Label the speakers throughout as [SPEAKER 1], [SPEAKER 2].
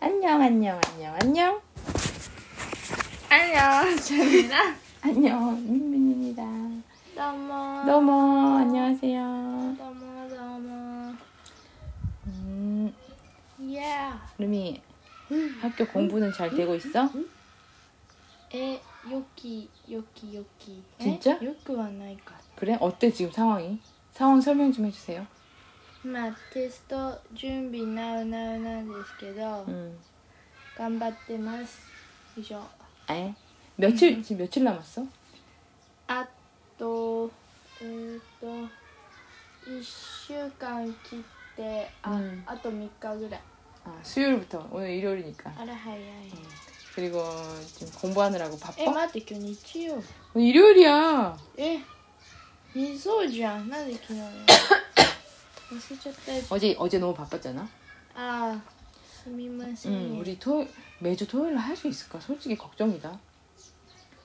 [SPEAKER 1] 안녕 안녕 안녕 안녕
[SPEAKER 2] 안녕, 저입니다.
[SPEAKER 1] 안녕 민민입니다.
[SPEAKER 2] 너무
[SPEAKER 1] 너무 안녕하세요.
[SPEAKER 2] 너무 너무
[SPEAKER 1] 음,
[SPEAKER 2] 예.
[SPEAKER 1] 루미 학교 공부는 잘 되고 있어?
[SPEAKER 2] 에 여기 여기 여기. 에?
[SPEAKER 1] 진짜?
[SPEAKER 2] 여기 와나이까.
[SPEAKER 1] 그래? 어때 지금 상황이? 상황 설명 좀 해주세요.
[SPEAKER 2] まあテスト準備なうなうなんですけど、
[SPEAKER 1] 음,
[SPEAKER 2] 頑張ってます。以上。
[SPEAKER 1] 에? 며칠 지금 며칠 남았어?
[SPEAKER 2] あとえーっと一週間切ってあ、
[SPEAKER 1] うん
[SPEAKER 2] あと三日ぐらい。
[SPEAKER 1] 아, 수요일부터 오늘 일요일이니까.
[SPEAKER 2] あら早い。
[SPEAKER 1] 그리고 지금 공부하느라고
[SPEAKER 2] え
[SPEAKER 1] 바빠?
[SPEAKER 2] 待って今日日曜。
[SPEAKER 1] 오늘 일요일이야.
[SPEAKER 2] えいそうじゃんなんで昨日なの忘れちゃったよ
[SPEAKER 1] 어제 어제 너무 바빴잖아.
[SPEAKER 2] あーすみません、
[SPEAKER 1] 음, 우리 토 매주 토요일날 할 수 있을까? 솔직히 걱정이다.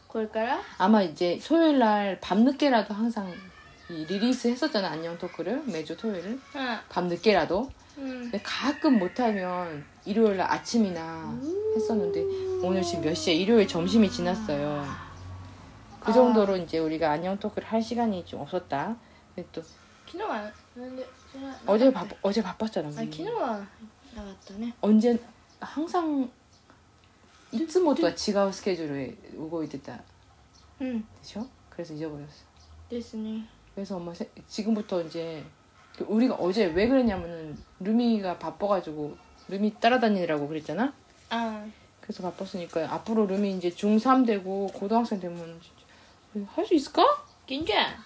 [SPEAKER 2] これから、
[SPEAKER 1] 아마 이제 토요일 날 밤늦게라도 항상 이 리리스 했었잖아 안녕 토크를 매주 토요일 밤늦게라도
[SPEAKER 2] うん、
[SPEAKER 1] 근데 가끔 못하면 일요일 날 아침이나 했었는데 오늘 지금 몇 시야 일요일 점심이 지났어요 그
[SPEAKER 2] 아.
[SPEAKER 1] 정도로 이제 우리가 안녕 토크를 할 시간이 좀 없었다 근데 또
[SPEAKER 2] 昨日はなんでそれはなかった
[SPEAKER 1] 어제 바 어제 바빴잖아
[SPEAKER 2] あ昨日はなかったね
[SPEAKER 1] 언제 항상 이츠모토와 지가오 스케줄에 오고 있다
[SPEAKER 2] うん
[SPEAKER 1] 그죠 그래서 잊어버렸어
[SPEAKER 2] ですね
[SPEAKER 1] 그래서 엄마 세- 지금부터 이제 그 우리가 어제 왜 그랬냐면은 루미가 바빠가지고 루미 따라다니라고 그랬잖아.
[SPEAKER 2] あ
[SPEAKER 1] 그래서 바빴으니까 앞으로 루미 이제 중3 되고 고등학생 되면 진짜 할 수 있을까?
[SPEAKER 2] 元気や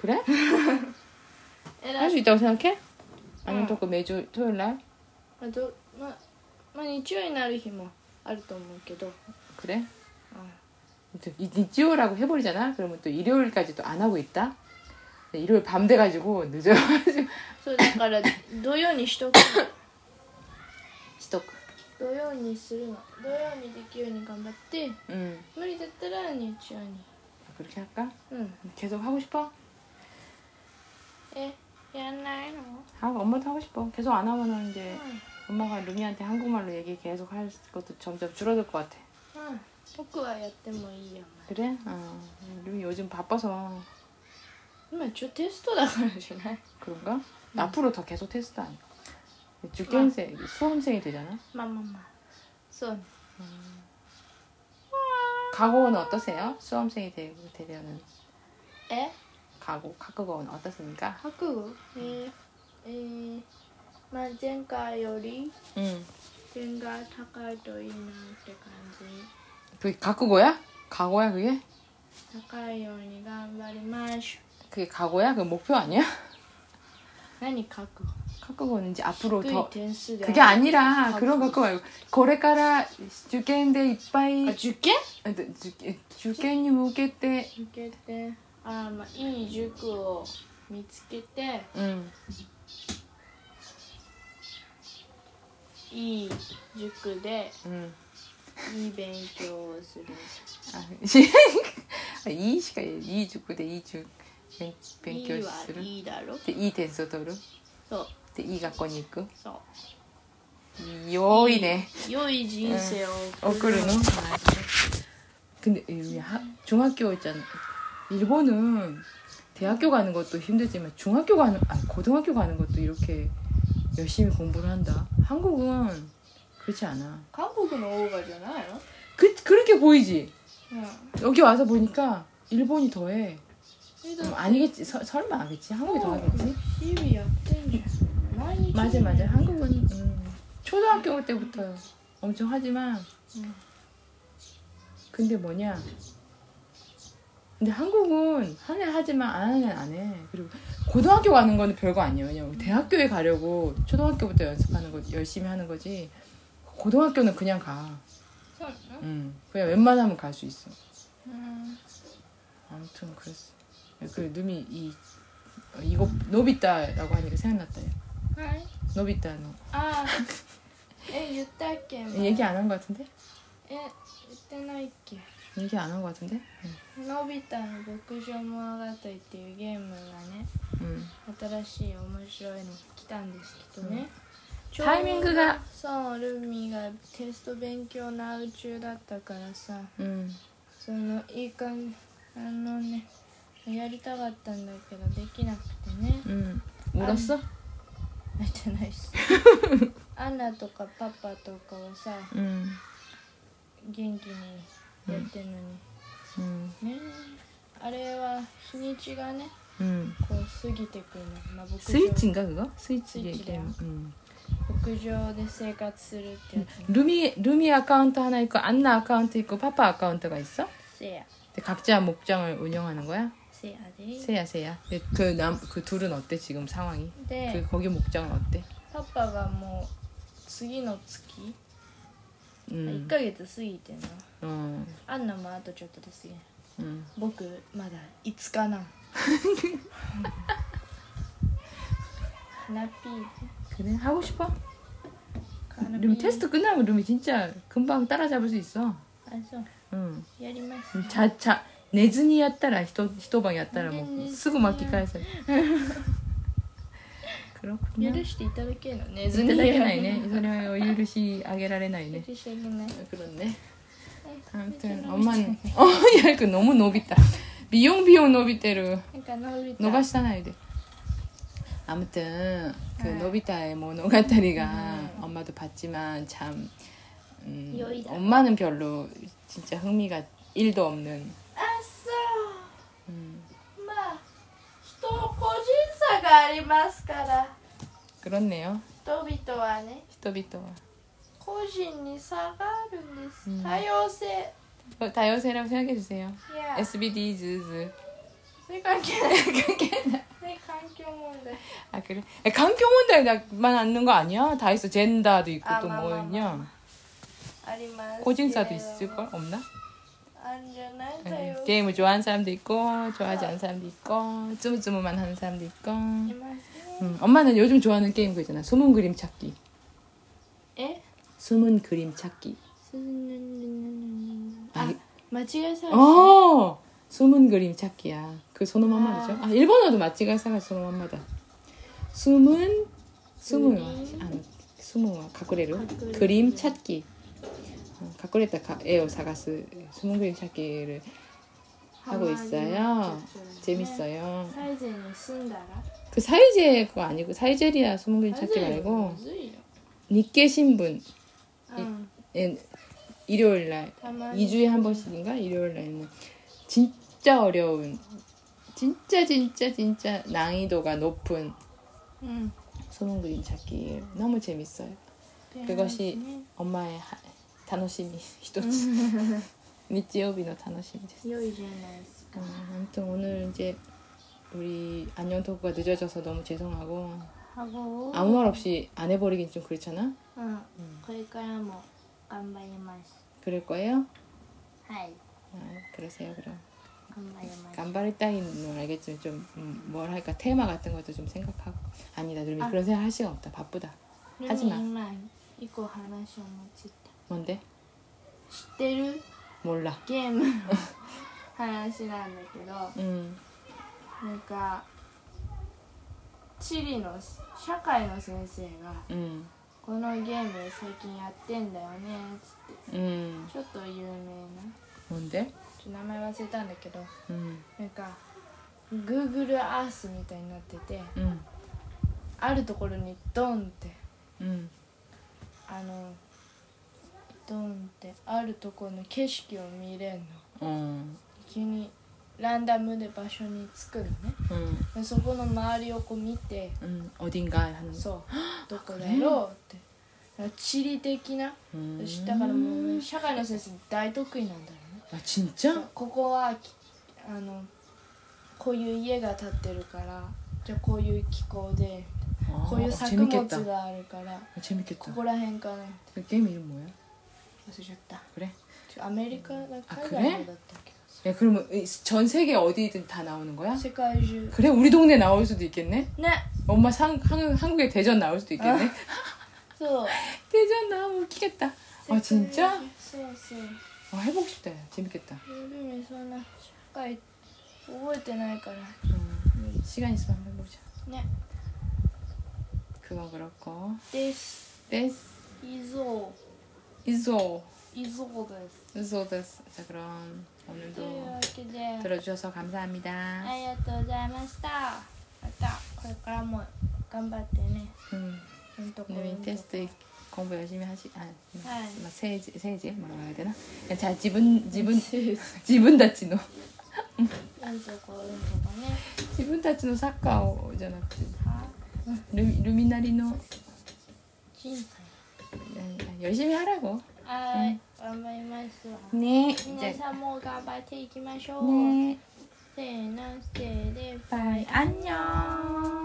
[SPEAKER 1] 그래?
[SPEAKER 2] えら
[SPEAKER 1] 할수
[SPEAKER 2] い
[SPEAKER 1] 있다고 생각해? 아니면
[SPEAKER 2] 응.
[SPEAKER 1] 또그 매주 토요일 날
[SPEAKER 2] まあどままあ日曜になる日もあると思うけど
[SPEAKER 1] 그래?
[SPEAKER 2] 응.
[SPEAKER 1] 아무튼 이- 니찌오라고 해버리잖아. 그러면 또 일요일까지 또 안 하고 있다. 근데 일요일 밤 돼가지고 늦어가지고
[SPEAKER 2] そうだ から土曜にしとくの
[SPEAKER 1] 스톱.
[SPEAKER 2] 土曜にするの土曜にできるように頑張って
[SPEAKER 1] 응
[SPEAKER 2] 無理だったら日曜に
[SPEAKER 1] 음. 그렇게 할까?
[SPEAKER 2] うん
[SPEAKER 1] 계속 하고 싶어?
[SPEAKER 2] えやんないの、
[SPEAKER 1] 아 엄마도 하고 싶어. 계속 안 하면은 이제
[SPEAKER 2] う
[SPEAKER 1] 엄마가 루미한테 한국말로 얘기 계속 할 것도 점점 줄어들 것 같아.
[SPEAKER 2] んうん、僕はやってもいいよ
[SPEAKER 1] 그래? 어, 루미 요즘 바빠서
[SPEAKER 2] お前今一応テストだからじゃない
[SPEAKER 1] 그런가? 앞으로 더 계속 테스트 음. 아니야. 6개월생, 수험생이 되잖아.
[SPEAKER 2] まあまあまあそうね
[SPEAKER 1] 각오는 어떠세요? 수험생이 되, 되려는
[SPEAKER 2] え
[SPEAKER 1] 각오, 각오는 어떻습니까?
[SPEAKER 2] 覚悟えー、えー、まあ前回より
[SPEAKER 1] 응.
[SPEAKER 2] 点が高いといいなって感
[SPEAKER 1] 그게 각오야? 각오야 그게?
[SPEAKER 2] じ高いように頑張りましょ
[SPEAKER 1] 그게 각오야? 그 목표 아니야?
[SPEAKER 2] う何覚悟
[SPEAKER 1] 각오는 이제 앞으로
[SPEAKER 2] 低い
[SPEAKER 1] 더
[SPEAKER 2] 点数で
[SPEAKER 1] 그게 아니라
[SPEAKER 2] 각오.
[SPEAKER 1] 그런 각오 말고 これから受験で 이빠이 아,
[SPEAKER 2] あ受験
[SPEAKER 1] 受験に向けて
[SPEAKER 2] 受けてあーまあいい塾を見つけて
[SPEAKER 1] 응.
[SPEAKER 2] いい塾で
[SPEAKER 1] 응.
[SPEAKER 2] いい勉強をする
[SPEAKER 1] 음. 아, 시- 이 시간 이 주고 대 이주
[SPEAKER 2] い
[SPEAKER 1] 勉
[SPEAKER 2] い
[SPEAKER 1] 強
[SPEAKER 2] は
[SPEAKER 1] する
[SPEAKER 2] いいだろ
[SPEAKER 1] でいい点数を取る
[SPEAKER 2] そう
[SPEAKER 1] でいい学校に行く
[SPEAKER 2] そう
[SPEAKER 1] よーいね
[SPEAKER 2] 良い人生を
[SPEAKER 1] 送るの 근데 이 하- 중학교 있잖아 일본은 대학교 가는 것도 힘들지만 중학교 가는 아니 고등학교 가는 것도 이렇게 열심히 공부를 한다 한국은 그렇지 않아
[SPEAKER 2] 韓国のオーガじゃないの
[SPEAKER 1] 그 그렇게 보이지
[SPEAKER 2] うん
[SPEAKER 1] 여기 와서 보니까 일본이 더해
[SPEAKER 2] えだっ
[SPEAKER 1] 음,
[SPEAKER 2] て
[SPEAKER 1] 아니겠지 서- 설마 하겠지 한국이 더 하겠지
[SPEAKER 2] 日々やってんじゃん毎日
[SPEAKER 1] 맞아 맞아 한국은 음, 초등학교 때부터 엄청 하지만
[SPEAKER 2] 음.
[SPEAKER 1] 근데 뭐냐 근데 한국은 하네 하지만 안 하네 안해 그리고 고등학교 가는 거는 별거 아니에요 왜냐면 대학교에 가려고 초등학교부터 연습하는 거 열심히 하는 거지 고등학교는 그냥 가
[SPEAKER 2] そうなの
[SPEAKER 1] 음, 그냥 웬만하면 갈 수 있어
[SPEAKER 2] うん、
[SPEAKER 1] 아무튼 그랬어 그 룸이 이 어, 이거 노비타라고 하니까 생각났다 야.
[SPEAKER 2] はい
[SPEAKER 1] 노비타 너
[SPEAKER 2] ああえ言ったっけ前
[SPEAKER 1] 얘기 안 한 것 같은데
[SPEAKER 2] え言ってないっけ
[SPEAKER 1] 얘기 안 한 것 같은데
[SPEAKER 2] のび太の極上物語っていうゲームがね
[SPEAKER 1] 음.
[SPEAKER 2] 新しい面白いのが来たんですけどね、ちょうど
[SPEAKER 1] タイミングが
[SPEAKER 2] さルミがテスト勉強の宇宙だったからさ
[SPEAKER 1] うん
[SPEAKER 2] そのいい感じあのねやりたかったんだけどできなくてね
[SPEAKER 1] 응 울었어?
[SPEAKER 2] なってない しアンナとかパパとかはさ
[SPEAKER 1] 응,
[SPEAKER 2] 元気にやってんの
[SPEAKER 1] 응,
[SPEAKER 2] に、ねあれは日にちがね
[SPEAKER 1] 응.
[SPEAKER 2] こう過ぎてくるの、まあ、牧場
[SPEAKER 1] 스위치인가 그거? 스위치
[SPEAKER 2] 스위치래요.
[SPEAKER 1] 얘기하면. 응.
[SPEAKER 2] 牧場で生活するってやつ、
[SPEAKER 1] 루미 루미 아카운트 하나 있고 안나 아카운트 있고 파파 아카운트가 있어?
[SPEAKER 2] せや
[SPEAKER 1] 근데 각자 목장을 운영하는 거야?
[SPEAKER 2] せやで
[SPEAKER 1] 세야 세야. 그남그 둘은 어때 지금 상황이?
[SPEAKER 2] で
[SPEAKER 1] 그 거기 목장은 어때?
[SPEAKER 2] パパがもう次の月、一1
[SPEAKER 1] 응.
[SPEAKER 2] ヶ月過ぎてんの
[SPEAKER 1] 어,
[SPEAKER 2] アンナもあとちょっとですね
[SPEAKER 1] 응.
[SPEAKER 2] 僕まだ5日 なんラピー
[SPEAKER 1] 그래 하고 싶어?
[SPEAKER 2] カルビ
[SPEAKER 1] 루미 테스트 끝나면 루미 진짜 금방 따라잡을 수 있어.
[SPEAKER 2] あそう
[SPEAKER 1] 응.
[SPEAKER 2] やります
[SPEAKER 1] 자자 내준이 했다라 히토 히토방이 했다라 뭐
[SPEAKER 2] 내준이
[SPEAKER 1] 쓰고 막기까지 그렇구나.
[SPEAKER 2] 許していただけるのねず
[SPEAKER 1] 내준이 되나이네. 이 소리 어 유르시 아게라레나이네.
[SPEAKER 2] 許してあげない
[SPEAKER 1] 그렇네.
[SPEAKER 2] え
[SPEAKER 1] 아무튼
[SPEAKER 2] めっちゃ伸びて
[SPEAKER 1] 엄마는 어야 이거 너무 노비다. 비용 비용 노비테루.
[SPEAKER 2] なんか伸びた
[SPEAKER 1] 노가시다나야 돼. 아무튼 그
[SPEAKER 2] 네.
[SPEAKER 1] 노비타의 모노가타리가
[SPEAKER 2] 음.
[SPEAKER 1] 엄마도 봤지만 참 음,
[SPEAKER 2] 여의다.
[SPEAKER 1] 엄마는 별로 진짜 흥미가 1도 없는
[SPEAKER 2] あそう
[SPEAKER 1] 음,
[SPEAKER 2] まあ人の個人差がありますから
[SPEAKER 1] 그렇네요.
[SPEAKER 2] 人々はね
[SPEAKER 1] 히토비토.
[SPEAKER 2] 個人に差があるんです、
[SPEAKER 1] うん
[SPEAKER 2] 多様性い
[SPEAKER 1] 다이어트라고 생각해 주세요.
[SPEAKER 2] や
[SPEAKER 1] SBD 즈즈.
[SPEAKER 2] それ関係ない関係ない環境問題
[SPEAKER 1] 아 그래? 야, 강경 문제만 앉는 거 아니야? 다 있어. 젠더도 있고
[SPEAKER 2] 아,
[SPEAKER 1] 또
[SPEAKER 2] 맞아,
[SPEAKER 1] 뭐
[SPEAKER 2] 맞아.
[SPEAKER 1] 있냐?
[SPEAKER 2] ありますけれど
[SPEAKER 1] 고진사도 있을 걸 없나?
[SPEAKER 2] あんじゃない
[SPEAKER 1] 네.
[SPEAKER 2] だよ
[SPEAKER 1] 게임을 좋아하는 사람도 있고 좋아하지 않는 사람도 있고 쭈무쭈무만 하는 사람도 있고
[SPEAKER 2] いますね
[SPEAKER 1] 음, 엄마는 요즘 좋아하는 게임 그 있잖아 숨은 그림 찾기
[SPEAKER 2] え
[SPEAKER 1] 숨은 그림 찾기
[SPEAKER 2] すん
[SPEAKER 1] あ
[SPEAKER 2] あ間違い探し
[SPEAKER 1] 어 숨은 그림 찾기야 그 소놈한
[SPEAKER 2] 아.
[SPEAKER 1] 마디죠 아 일본어도 마치가 사가 소놈한 마다 숨은 숨은 와. 아 숨은 와 가꾸레루
[SPEAKER 2] 가꾸레루.
[SPEAKER 1] 그림 찾기 어, 가꾸레타 가- 에오 사가스 숨은 그림 찾기를 하고 있어요 재밌어요
[SPEAKER 2] サイゼに住んだら
[SPEAKER 1] 그 사이제 그거 아니고 사이제리아 숨은 그림
[SPEAKER 2] サイ
[SPEAKER 1] 찾기
[SPEAKER 2] ゼより
[SPEAKER 1] 말고
[SPEAKER 2] むずいよ
[SPEAKER 1] 니케 신분
[SPEAKER 2] うん
[SPEAKER 1] 일요일 날
[SPEAKER 2] たまに
[SPEAKER 1] 2주에 한 번씩인가 일요일 날에는 진짜 어려운 진짜 진짜 진짜 난이도가 높은
[SPEAKER 2] うん、
[SPEAKER 1] 소문 그림 찾기 너무 재밌어요.
[SPEAKER 2] って話
[SPEAKER 1] 그것이
[SPEAKER 2] ね
[SPEAKER 1] 엄마의 하, 단호심이 히토츠 니찌오비노 단호심이 됐어요.
[SPEAKER 2] 良いじゃないですか
[SPEAKER 1] 어, 아무튼 오늘 이제 우리 안녕 토크가 늦어져서 너무 죄송하고
[SPEAKER 2] 顎を
[SPEAKER 1] 아무 말 없이 안 해버리긴 좀 그렇잖아.
[SPEAKER 2] うん、これからも頑張ります。
[SPEAKER 1] 그럴 거예요?
[SPEAKER 2] はい、
[SPEAKER 1] 아, 그러세요 그럼.
[SPEAKER 2] 頑張ります。
[SPEAKER 1] 간발의 따위는 알겠지만 좀 음, 뭘 할까 테마 같은 것도 좀 생각하고 아니다 그러면
[SPEAKER 2] 아.
[SPEAKER 1] 그런 생각 할 시간 없다 바쁘다 はじま
[SPEAKER 2] ルミ今一個話を持ちっ
[SPEAKER 1] 뭔데
[SPEAKER 2] た。知ってる
[SPEAKER 1] 몰라
[SPEAKER 2] ゲームの話なんだけど、
[SPEAKER 1] 음
[SPEAKER 2] なんか地理の社会の先生が
[SPEAKER 1] 음,
[SPEAKER 2] このゲーム最近やってんだよねつって
[SPEAKER 1] 음
[SPEAKER 2] ちょっと有名な
[SPEAKER 1] 뭔데
[SPEAKER 2] ちょっと名前忘れたんだけど
[SPEAKER 1] 음,
[SPEAKER 2] なんか Google Earth みたいになってて
[SPEAKER 1] 음,
[SPEAKER 2] あるところにドンって
[SPEAKER 1] 음,
[SPEAKER 2] あのドンってあるところの景色を見れんの
[SPEAKER 1] 어,
[SPEAKER 2] 急にランダムで場所に着くのね
[SPEAKER 1] 음,
[SPEAKER 2] でそこの周りをこう見て
[SPEAKER 1] 음, 어딘가 하는
[SPEAKER 2] そうどこだろうってだから地理的な
[SPEAKER 1] 음.
[SPEAKER 2] しだからもうね、社会の先生大得意なんだろう
[SPEAKER 1] 아
[SPEAKER 2] ね
[SPEAKER 1] 진짜
[SPEAKER 2] ここはきあのこういう家が建ってるからじゃあこういう気候で
[SPEAKER 1] 아,
[SPEAKER 2] こういう
[SPEAKER 1] 어,
[SPEAKER 2] 作物
[SPEAKER 1] 재밌겠다
[SPEAKER 2] があるから
[SPEAKER 1] 아, 재밌겠다
[SPEAKER 2] ここら辺かなって
[SPEAKER 1] 그 게임 이름 뭐야
[SPEAKER 2] 忘れちゃった
[SPEAKER 1] 그래
[SPEAKER 2] ちょアメリカなんか
[SPEAKER 1] あ
[SPEAKER 2] 海
[SPEAKER 1] く
[SPEAKER 2] 外
[SPEAKER 1] れ
[SPEAKER 2] のだったけ
[SPEAKER 1] 야 그러면 이전 세계 어디든 다 나오는 거야
[SPEAKER 2] ど世界中
[SPEAKER 1] 그래 우리 동네 나올 수도 있겠네
[SPEAKER 2] ね
[SPEAKER 1] 엄마 상, 한, 한국에 대전 나올 수도 있겠네
[SPEAKER 2] そう
[SPEAKER 1] 대전 나오면 웃기겠다 아 진짜?
[SPEAKER 2] 世界中そうそう
[SPEAKER 1] 아, 해보고 싶다. 야. 재밌겠다.
[SPEAKER 2] ルビンそんな社会覚えてないから
[SPEAKER 1] 음. 시간 있으면 한번 해보자.
[SPEAKER 2] ね
[SPEAKER 1] 그건 그렇고
[SPEAKER 2] です。
[SPEAKER 1] 데스
[SPEAKER 2] 以上
[SPEAKER 1] 이소
[SPEAKER 2] 以上です。
[SPEAKER 1] 이소 데스 자 그럼
[SPEAKER 2] というわ
[SPEAKER 1] 오늘도
[SPEAKER 2] けで
[SPEAKER 1] 들어주셔서 감사합니다
[SPEAKER 2] ありがとうございました。またこれからも頑張ってね。
[SPEAKER 1] 음,
[SPEAKER 2] うんとこう
[SPEAKER 1] 그러면
[SPEAKER 2] んとこ
[SPEAKER 1] 테스트 공부 열심히 하시 아 음,
[SPEAKER 2] 네.
[SPEAKER 1] 막 세지 세지 뭐라고 해야 되나 그냥 잘 지분 지분 지분 다치노
[SPEAKER 2] うんとこうんとこね。
[SPEAKER 1] 지분 다치노 사카오잖아
[SPEAKER 2] は
[SPEAKER 1] 루, 루미나리노
[SPEAKER 2] 人生。
[SPEAKER 1] 아니, 열심히 하라고
[SPEAKER 2] はい、頑張りますわ。
[SPEAKER 1] 네
[SPEAKER 2] 皆
[SPEAKER 1] 이제
[SPEAKER 2] さんも頑張っていきましょう。
[SPEAKER 1] 네
[SPEAKER 2] せーの、せーで、
[SPEAKER 1] 바이 안녕